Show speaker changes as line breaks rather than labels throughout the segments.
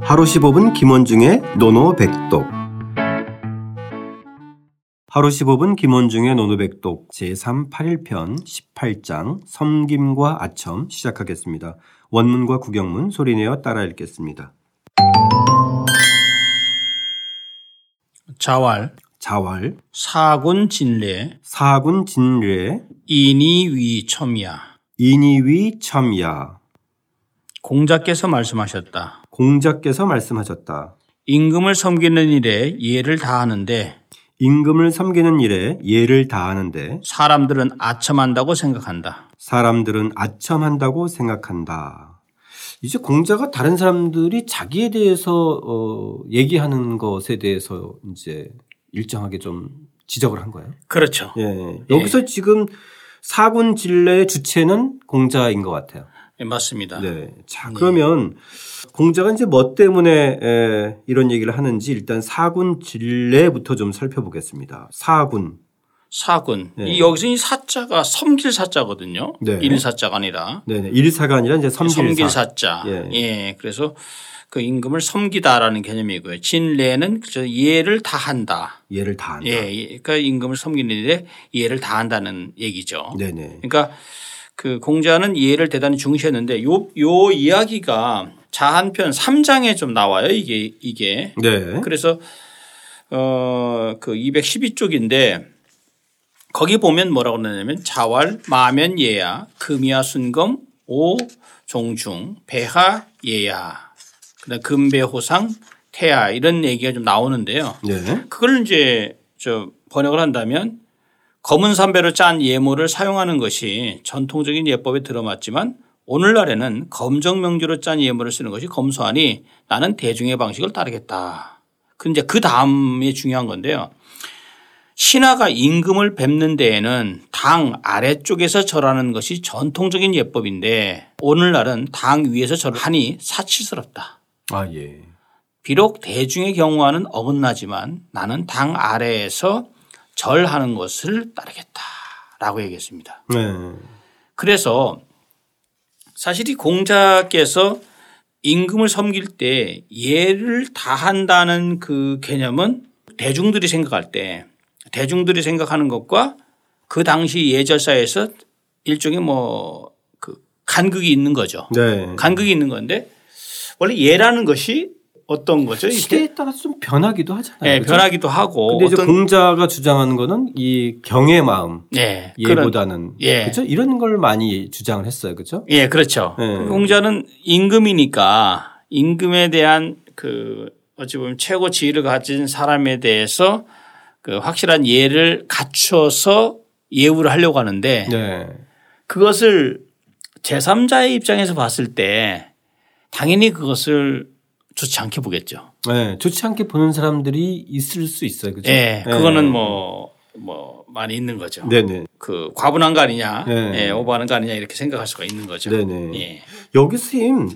하루 15분 김원중의 노노백독 하루 15분 김원중의 노노백독 제381편 18장 섬김과 아첨 시작하겠습니다. 원문과 구경문 소리내어 따라 읽겠습니다.
자왈
자왈
사군 진례
사군 진례
이니위 첨이야
인이위 첨야
공자께서 말씀하셨다.
공자께서 말씀하셨다.
임금을 섬기는 일에 예를 다하는데
임금을 섬기는 일에 예를 다하는데
사람들은 아첨한다고 생각한다.
사람들은 아첨한다고 생각한다. 이제 공자가 다른 사람들이 자기에 대해서 어, 얘기하는 것에 대해서 이제 일정하게 좀 지적을 한 거예요.
그렇죠.
예. 여기서 지금 사군 진례의 주체는 공자인 것 같아요.
예, 맞습니다.
네. 자, 그러면 공자가 이제 뭐 때문에 에, 이런 얘기를 하는지 일단 사군 진례부터 좀 살펴보겠습니다. 사군.
사군 이 여기서 이 사자가 섬길 사자거든요.
네.
일 사자가 아니라
네네. 일사가 아니라 이제 섬길사.
섬길 사자.
예.
예. 그래서 그 임금을 섬기다라는 개념이고요. 진례는 그저 예를 다한다.
예를 다한다.
예, 예. 그러니까 임금을 섬기는 일에 예를 다한다는 얘기죠.
네네.
그러니까 그 공자는 예를 대단히 중시했는데 요, 요 이야기가 자한편 3장에 좀 나와요. 이게, 이게.
네.
그래서 어, 그 212쪽인데 거기 보면 뭐라고 그러냐면 자활, 마면, 예야, 금이야, 순검, 오, 종중, 배하, 예야, 그다음 금배, 호상, 태야 이런 얘기가 좀 나오는데요.
네.
그걸 이제 저 번역을 한다면 검은 삼배로 짠 예모를 사용하는 것이 전통적인 예법에 들어맞지만 오늘날에는 검정 명주로 짠 예모를 쓰는 것이 검소하니 나는 대중의 방식을 따르겠다. 그 이제 그 다음이 중요한 건데요. 신하가 임금을 뵙는 데에는 당 아래쪽에서 절하는 것이 전통적인 예법인데 오늘날은 당 위에서 절을 하니 사치스럽다.
아, 예.
비록 대중의 경우와는 어긋나지만 나는 당 아래에서 절하는 것을 따르겠다라고 얘기했습니다.
네.
그래서 사실 이 공자께서 임금을 섬길 때 예를 다한다는 그 개념은 대중들이 생각할 때 대중들이 생각하는 것과 그 당시 예절사에서 일종의 뭐 그 간극이 있는 거죠.
네.
간극이 있는 건데 원래 예라는 것이 어떤 거죠? 이게
시대에 따라서 좀 변하기도 하잖아요.
예,
그죠?
변하기도 하고
근데 이제
어떤
공자가 주장하는 거는 이 경의 마음
예, 그런
예보다는
예.
그죠 이런 걸 많이 주장을 했어요, 그죠?
예, 그렇죠.
예.
공자는 임금이니까 임금에 대한 그 어찌 보면 최고 지위를 가진 사람에 대해서 그 확실한 예를 갖춰서 예우를 하려고 하는데
네.
그것을 제3자의 입장에서 봤을 때 당연히 그것을 좋지 않게 보겠죠.
네, 좋지 않게 보는 사람들이 있을 수 있어요, 그죠?
예, 그거는 뭐, 뭐 많이 있는 거죠.
네네.
그 과분한 거 아니냐,
네.
예, 오버하는 거 아니냐 이렇게 생각할 수가 있는 거죠.
네네.
예.
여기 쓰임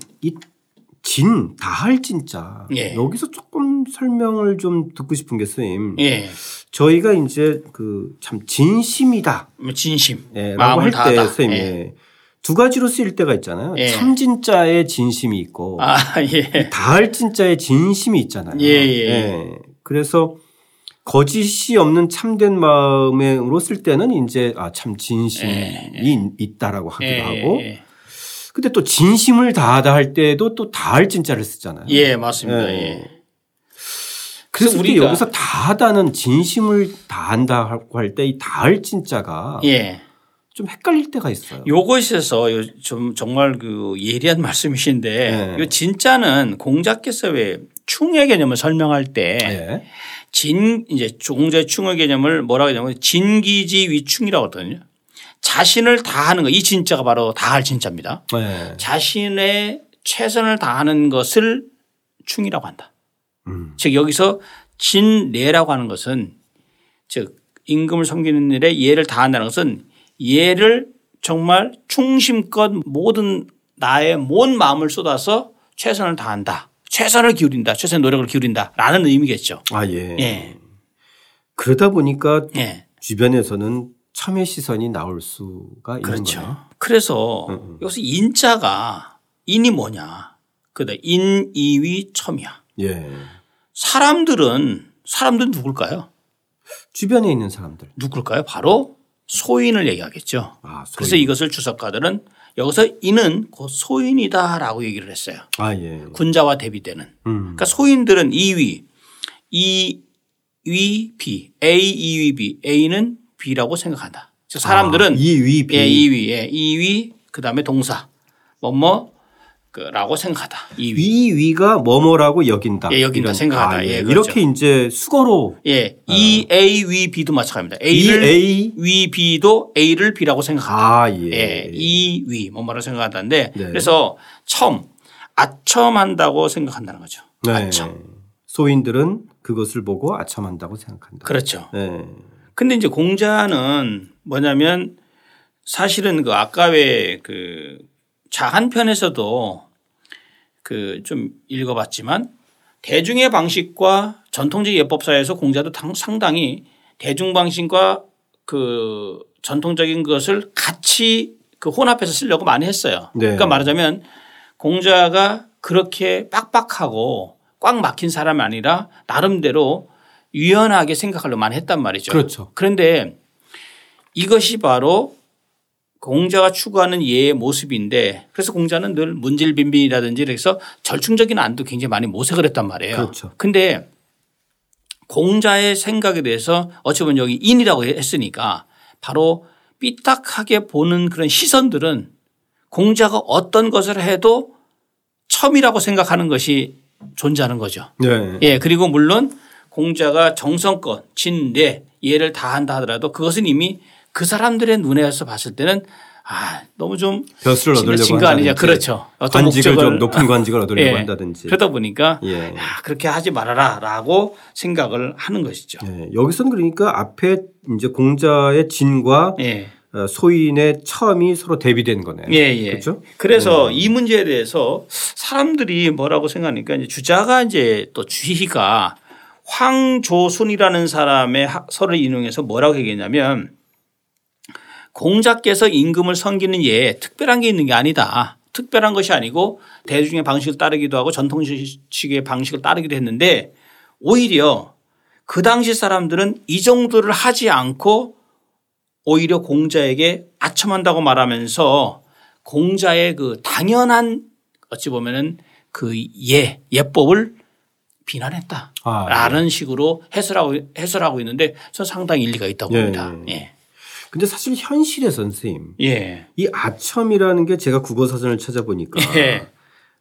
이진 다할 진짜
예.
여기서 조금 설명을 좀 듣고 싶은 게 쓰임
예.
저희가 이제 그 참 진심이다
뭐 진심,
예, 라고
마음을
할 때
다하다.
선생님
예.
예. 두 가지로 쓰일 때가 있잖아요.
예.
참진짜의 진심이 있고
아, 예.
다할 진짜의 진심이 있잖아요.
예, 예.
그래서 거짓이 없는 참된 마음으로 쓸 때는 이제 아 참 진심이 있다라고 하기도
예,
하고
예,
근데 또 진심을 다하다 할 때도 또 다할 진짜를 쓰잖아요.
예. 예, 맞습니다.
예.
예.
그래서 우리
우리가-
여기서 다하다는 진심을 다한다고 할 때 이 다할 진짜가
예.
좀 헷갈릴 때가 있어요.
요것에서 요- 좀 정말 그 예리한 말씀이신데
예.
요 진짜는 공자께서 왜 충의 개념을 설명할 때
예.
진 이제 공자의 충의 개념을 뭐라고 하냐면 진기지 위충이라고 하거든요. 자신을 다하는 거 이 진짜가 바로 다할 진짜입니다.
예.
자신의 최선을 다하는 것을 충이라고 한다.
음.
즉 여기서 진례라고 하는 것은 즉 임금을 섬기는 일에 예를 다한다는 것은 예를 정말 충심껏 모든 나의 온 마음을 쏟아서 최선을 다한다. 최선을 기울인다. 최선의 노력을 기울인다라는 의미겠죠.
아, 예.
예.
그러다 보니까
예.
주변에서는 참의 시선이 나올 수가 있는 거예요.
그렇죠. 그래서 여기서 인자가 인이 뭐냐. 그다 인이위 첨이야.
예.
사람들은 사람들은 누굴까요?
주변에 있는 사람들.
누굴까요? 바로 소인을 얘기하겠죠.
아, 소위.
그래서 이것을 주석가들은 여기서 이는 곧 소인이다라고 얘기를 했어요.
아, 예.
군자와 대비되는.
음.
그러니까 소인들은 2위, 2위 B, A 2위 B, A는 B라고 생각한다. 즉 사람들은
아, 이위 비.
예, 2위, 예, 2위 그다음에 동사 뭐, 그 뭐뭐라고 생각하다. 2위.
위 위가 뭐뭐라고 여긴다.
예, 여긴다
이런. 아,
생각하다. 예, 그렇죠.
이렇게 이제 수거로
예, E A V B도 마찬가지입니다.
E
A를
아. A
위 B도 A를 B라고 생각한다.
아 예.
예, 이 위, 뭐뭐라고 생각한다는데
네.
그래서 첨, 아첨한다고 생각한다는 거죠.
네.
아첨.
소인들은 그것을 보고 아첨한다고 생각한다.
그렇죠.
예.
근데 이제 공자는 뭐냐면 사실은 그 아까 왜그 자한편에서도 그 좀 읽어봤지만 대중의 방식과 전통적인 예법 사에서 공자도 당- 상당히 대중 방식과 그 전통적인 것을 같이 그 혼합해서 쓰려고 많이 했어요.
네.
그러니까 말하자면 공자가 그렇게 빡빡하고 꽉 막힌 사람이 아니라 나름대로 유연하게 생각하려고 많이 했단 말이죠.
그렇죠.
그런데 이것이 바로 공자가 추구하는 예의 모습인데 그래서 공자는 늘 문질빈빈이라든지 그래서 절충적인 안도 굉장히 많이 모색을 했단 말이에요.
그렇죠.
근데 공자의 생각에 대해서 어찌 보면 여기 인이라고 했으니까 바로 삐딱하게 보는 그런 시선들은 공자가 어떤 것을 해도 첨이라고 생각하는 것이 존재하는 거죠.
네.
예, 그리고 물론 공자가 정성껏 진례 예를 다 한다 하더라도 그것은 이미 그 사람들의 눈에서 봤을 때는 아 너무 좀
벼슬을
진-
얻으려고
진거 아니냐
한다든지
그렇죠 어떤
관직을 좀
목적을
높은 관직을 얻으려고
예,
한다든지.
그러다 보니까
예.
야, 그렇게 하지 말아라라고 생각을 하는 것이죠.
예. 여기서는 그러니까 앞에 이제 공자의 진과
예,
어, 소인의 첨이 서로 대비된 거네요.
예, 예.
그렇죠?
래서이 문제에 대해서 사람들이 뭐라고 생각하니까 이제 주자가 이제 또 주희가 황조순이라는 사람의 하- 설을 인용해서 뭐라고 얘기했냐면 공자께서 임금을 섬기는 예에 특별한 게 있는 게 아니다. 특별한 것이 아니고 대중의 방식을 따르기도 하고 전통식의 방식을 따르기도 했는데 오히려 그 당시 사람들은 이 정도를 하지 않고 오히려 공자에게 아첨한다고 말하면서 공자의 그 당연한 어찌 보면은 그 예, 예법을 비난했다.
아, 예.
라는 식으로 해설하고, 해설하고 있는데 저 상당히 일리가 있다고
예,
봅니다. 예.
근데 사실 현실의 선생님
예.
이 아첨이라는 게 제가 국어사전을 찾아보니까
예.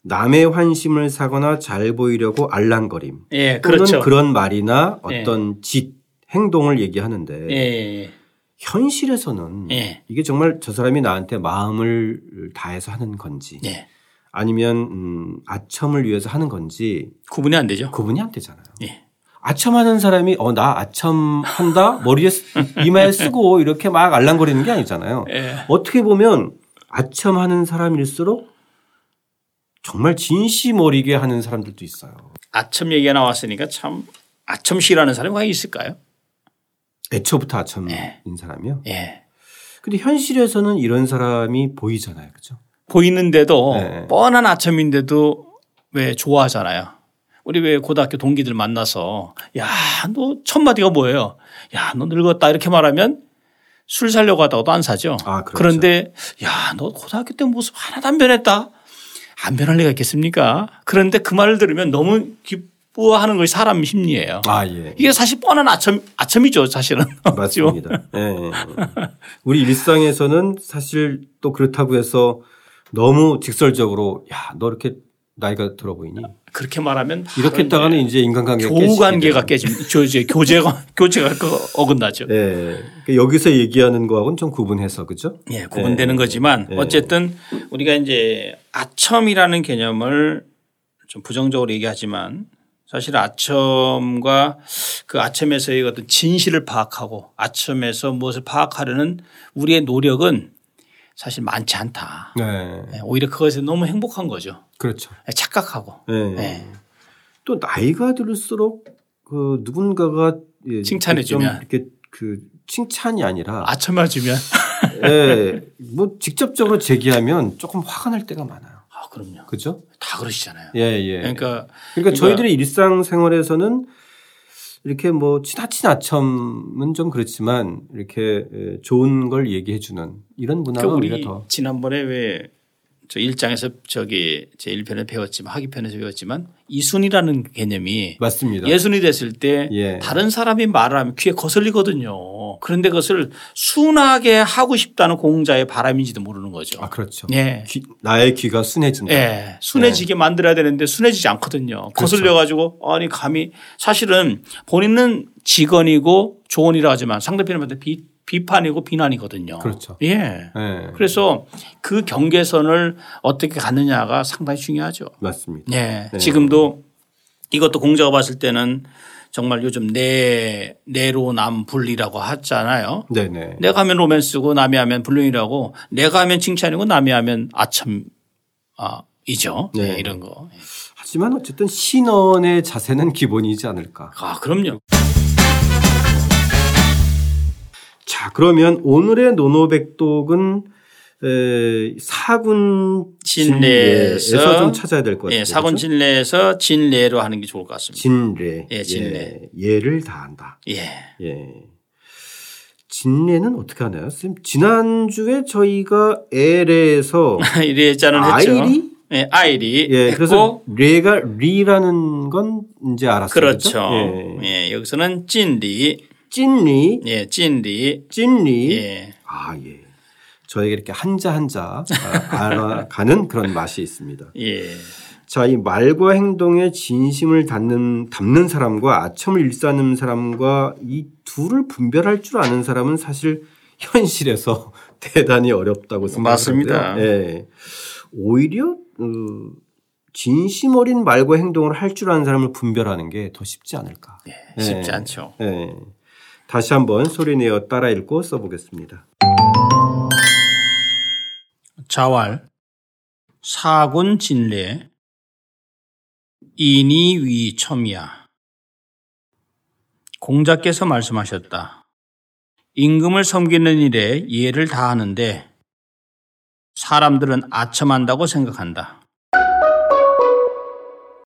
남의 환심을 사거나 잘 보이려고 알랑거림 또는
예, 그렇죠.
그런 말이나 어떤 짓 행동을 얘기하는데
예, 예,
현실에서는
예.
이게 정말 저 사람이 나한테 마음을 다해서 하는 건지
예.
아니면 음, 아첨을 위해서 하는 건지
구분이 안 되죠.
구분이 안 되잖아요.
예.
아첨하는 사람이 어 나 아첨한다 머리에 쓰- 이마에 쓰고 이렇게 막 알랑거리는 게 아니잖아요.
예.
어떻게 보면 아첨하는 사람일수록 정말 진심 어리게 하는 사람들도 있어요.
아첨 얘기가 나왔으니까 참 아첨 씨라는 사람이 과연 있을까요?
애초부터 아첨인
네.
사람이요.
예.
근데 현실에서는 이런 사람이 보이잖아요. 그죠?
보이는데도
네.
뻔한 아첨인데도 왜 좋아하잖아요. 우리 왜 고등학교 동기들 만나서 야 너 첫마디가 뭐예요? 야 너 늙었다 이렇게 말하면 술 살려고 하다가도 안 사죠.
아, 그렇죠.
런데 야 너 고등학교 때 모습 하나도 안 변했다. 안 변할 리가 있겠습니까? 그런데 그 말을 들으면 너무 기뻐하는 것이 사람 심리예요.
아, 예.
이게 사실 뻔한 아첨 아첨이죠 사실은.
맞습니다. 예, 예. 우리 일상에서는 사실 또 그렇다고 해서 너무 직설적으로 야, 너 이렇게 나이가 들어 보이니?
그렇게 말하면
이렇게
바로
했다가는 이제 인간관계가
교우 관계가
깨지게
깨집니다. 교제, 교제가, 교제가 그 어긋나죠.
돼요. 예. 그러니까 여기서 얘기하는 거하고는 좀 구분해서 그죠?
예, 구분되는 거지만
네.
어쨌든 우리가 이제 아첨이라는 개념을 좀 부정적으로 얘기하지만 사실 아첨과 그 아첨에서의 어떤 진실을 파악하고 아첨에서 무엇을 파악하려는 우리의 노력은 사실 많지 않다.
네.
예, 오히려 그것에 너무 행복한 거죠.
그렇죠.
예, 착각하고.
예.
예.
또 나이가 들수록 그 누군가가 예,
칭찬해주면.
좀 이렇게 그 칭찬이 아니라
아첨을 주면
예, 뭐 직접적으로 제기하면 조금 화가 날 때가 많아요.
아, 그럼요.
그죠?
다 그러시잖아요.
예, 예. 그러니까,
그러니까
저희들의 일상생활에서는 이렇게 뭐 치나친 아첨은 좀 그렇지만 이렇게 에, 좋은 걸 얘기해 주는 이런 문화가
그러니까
우리가
우리
더
지난번에 왜 저 일장에서 저기 제 1편에 배웠지만 하기편에서 배웠지만 이순이라는 개념이
맞습니다.
예순이 됐을 때
예.
다른 사람이 말을 하면 귀에 거슬리거든요. 그런데 그것을 순하게 하고 싶다는 공자의 바람인지도 모르는 거죠.
아 그렇죠. 그러니까.
예.
귀- 나의 귀가 순해진다.
예, 순해지게 만들어야 되는데 순해지지
그렇죠.
않거든요. 거슬려 가지고 아니 감히 사실은 본인은 직원이고 조언이라 하지만 상대편한테 비, 비판이고 비난이거든요.
그렇죠.
예.
예.
그래서 그 경계선을 어떻게 가느냐가 상당히 중요하죠.
맞습니다.
예.
네.
지금도 이것도 공자가 봤을 때는 정말 요즘 내 내로남불이라고 하잖아요.
네, 네.
내가 하면 로맨스고 남이 하면 불륜이라고 내가 하면 칭찬이고 남이 하면 아참 아 이죠.
네.
예, 이런 거. 예.
하지만 어쨌든 신원의 자세는 기본이지 않을까.
아, 그럼요.
자, 그러면 오늘의 노노백독은 에, 사군
진례에서
진례에서 좀 찾아야 될 것 같아요.
예, 사건
그렇죠?
진례에서 진례로 하는 게 좋을 것 같습니다.
진례.
예, 진례.
예, 예를 다한다.
예.
예. 진례는 어떻게 하나요? 선생님, 지난주에 저희가 에레에서
이래자는 했죠.
아이리?
예, 아이리
예,
했고
그래서 레가 리라는 건 이제 알았어요.
그렇죠.
예.
예, 여기서는 찐리,
찐리,
예, 찐리,
찐리.
예,
아, 예. 저에게 이렇게 한자 한자 아, 알아가는 그런 맛이 있습니다.
예,
자, 이 말과 행동에 진심을 담는, 담는 사람과 아첨을 일삼는 사람과 이 둘을 분별할 줄 아는 사람은 사실 현실에서 대단히 어렵다고 생각합니다.
맞습니다.
예. 오히려 어, 진심 어린 말과 행동을 할 줄 아는 사람을 분별하는 게 더 쉽지 않을까.
예, 쉽지 않죠.
예. 다시 한번 소리 내어 따라 읽고 써보겠습니다.
자왈, 사군 진례, 인이 위첨이야. 공자께서 말씀하셨다. 임금을 섬기는 일에 예를 다하는데 사람들은 아첨한다고 생각한다.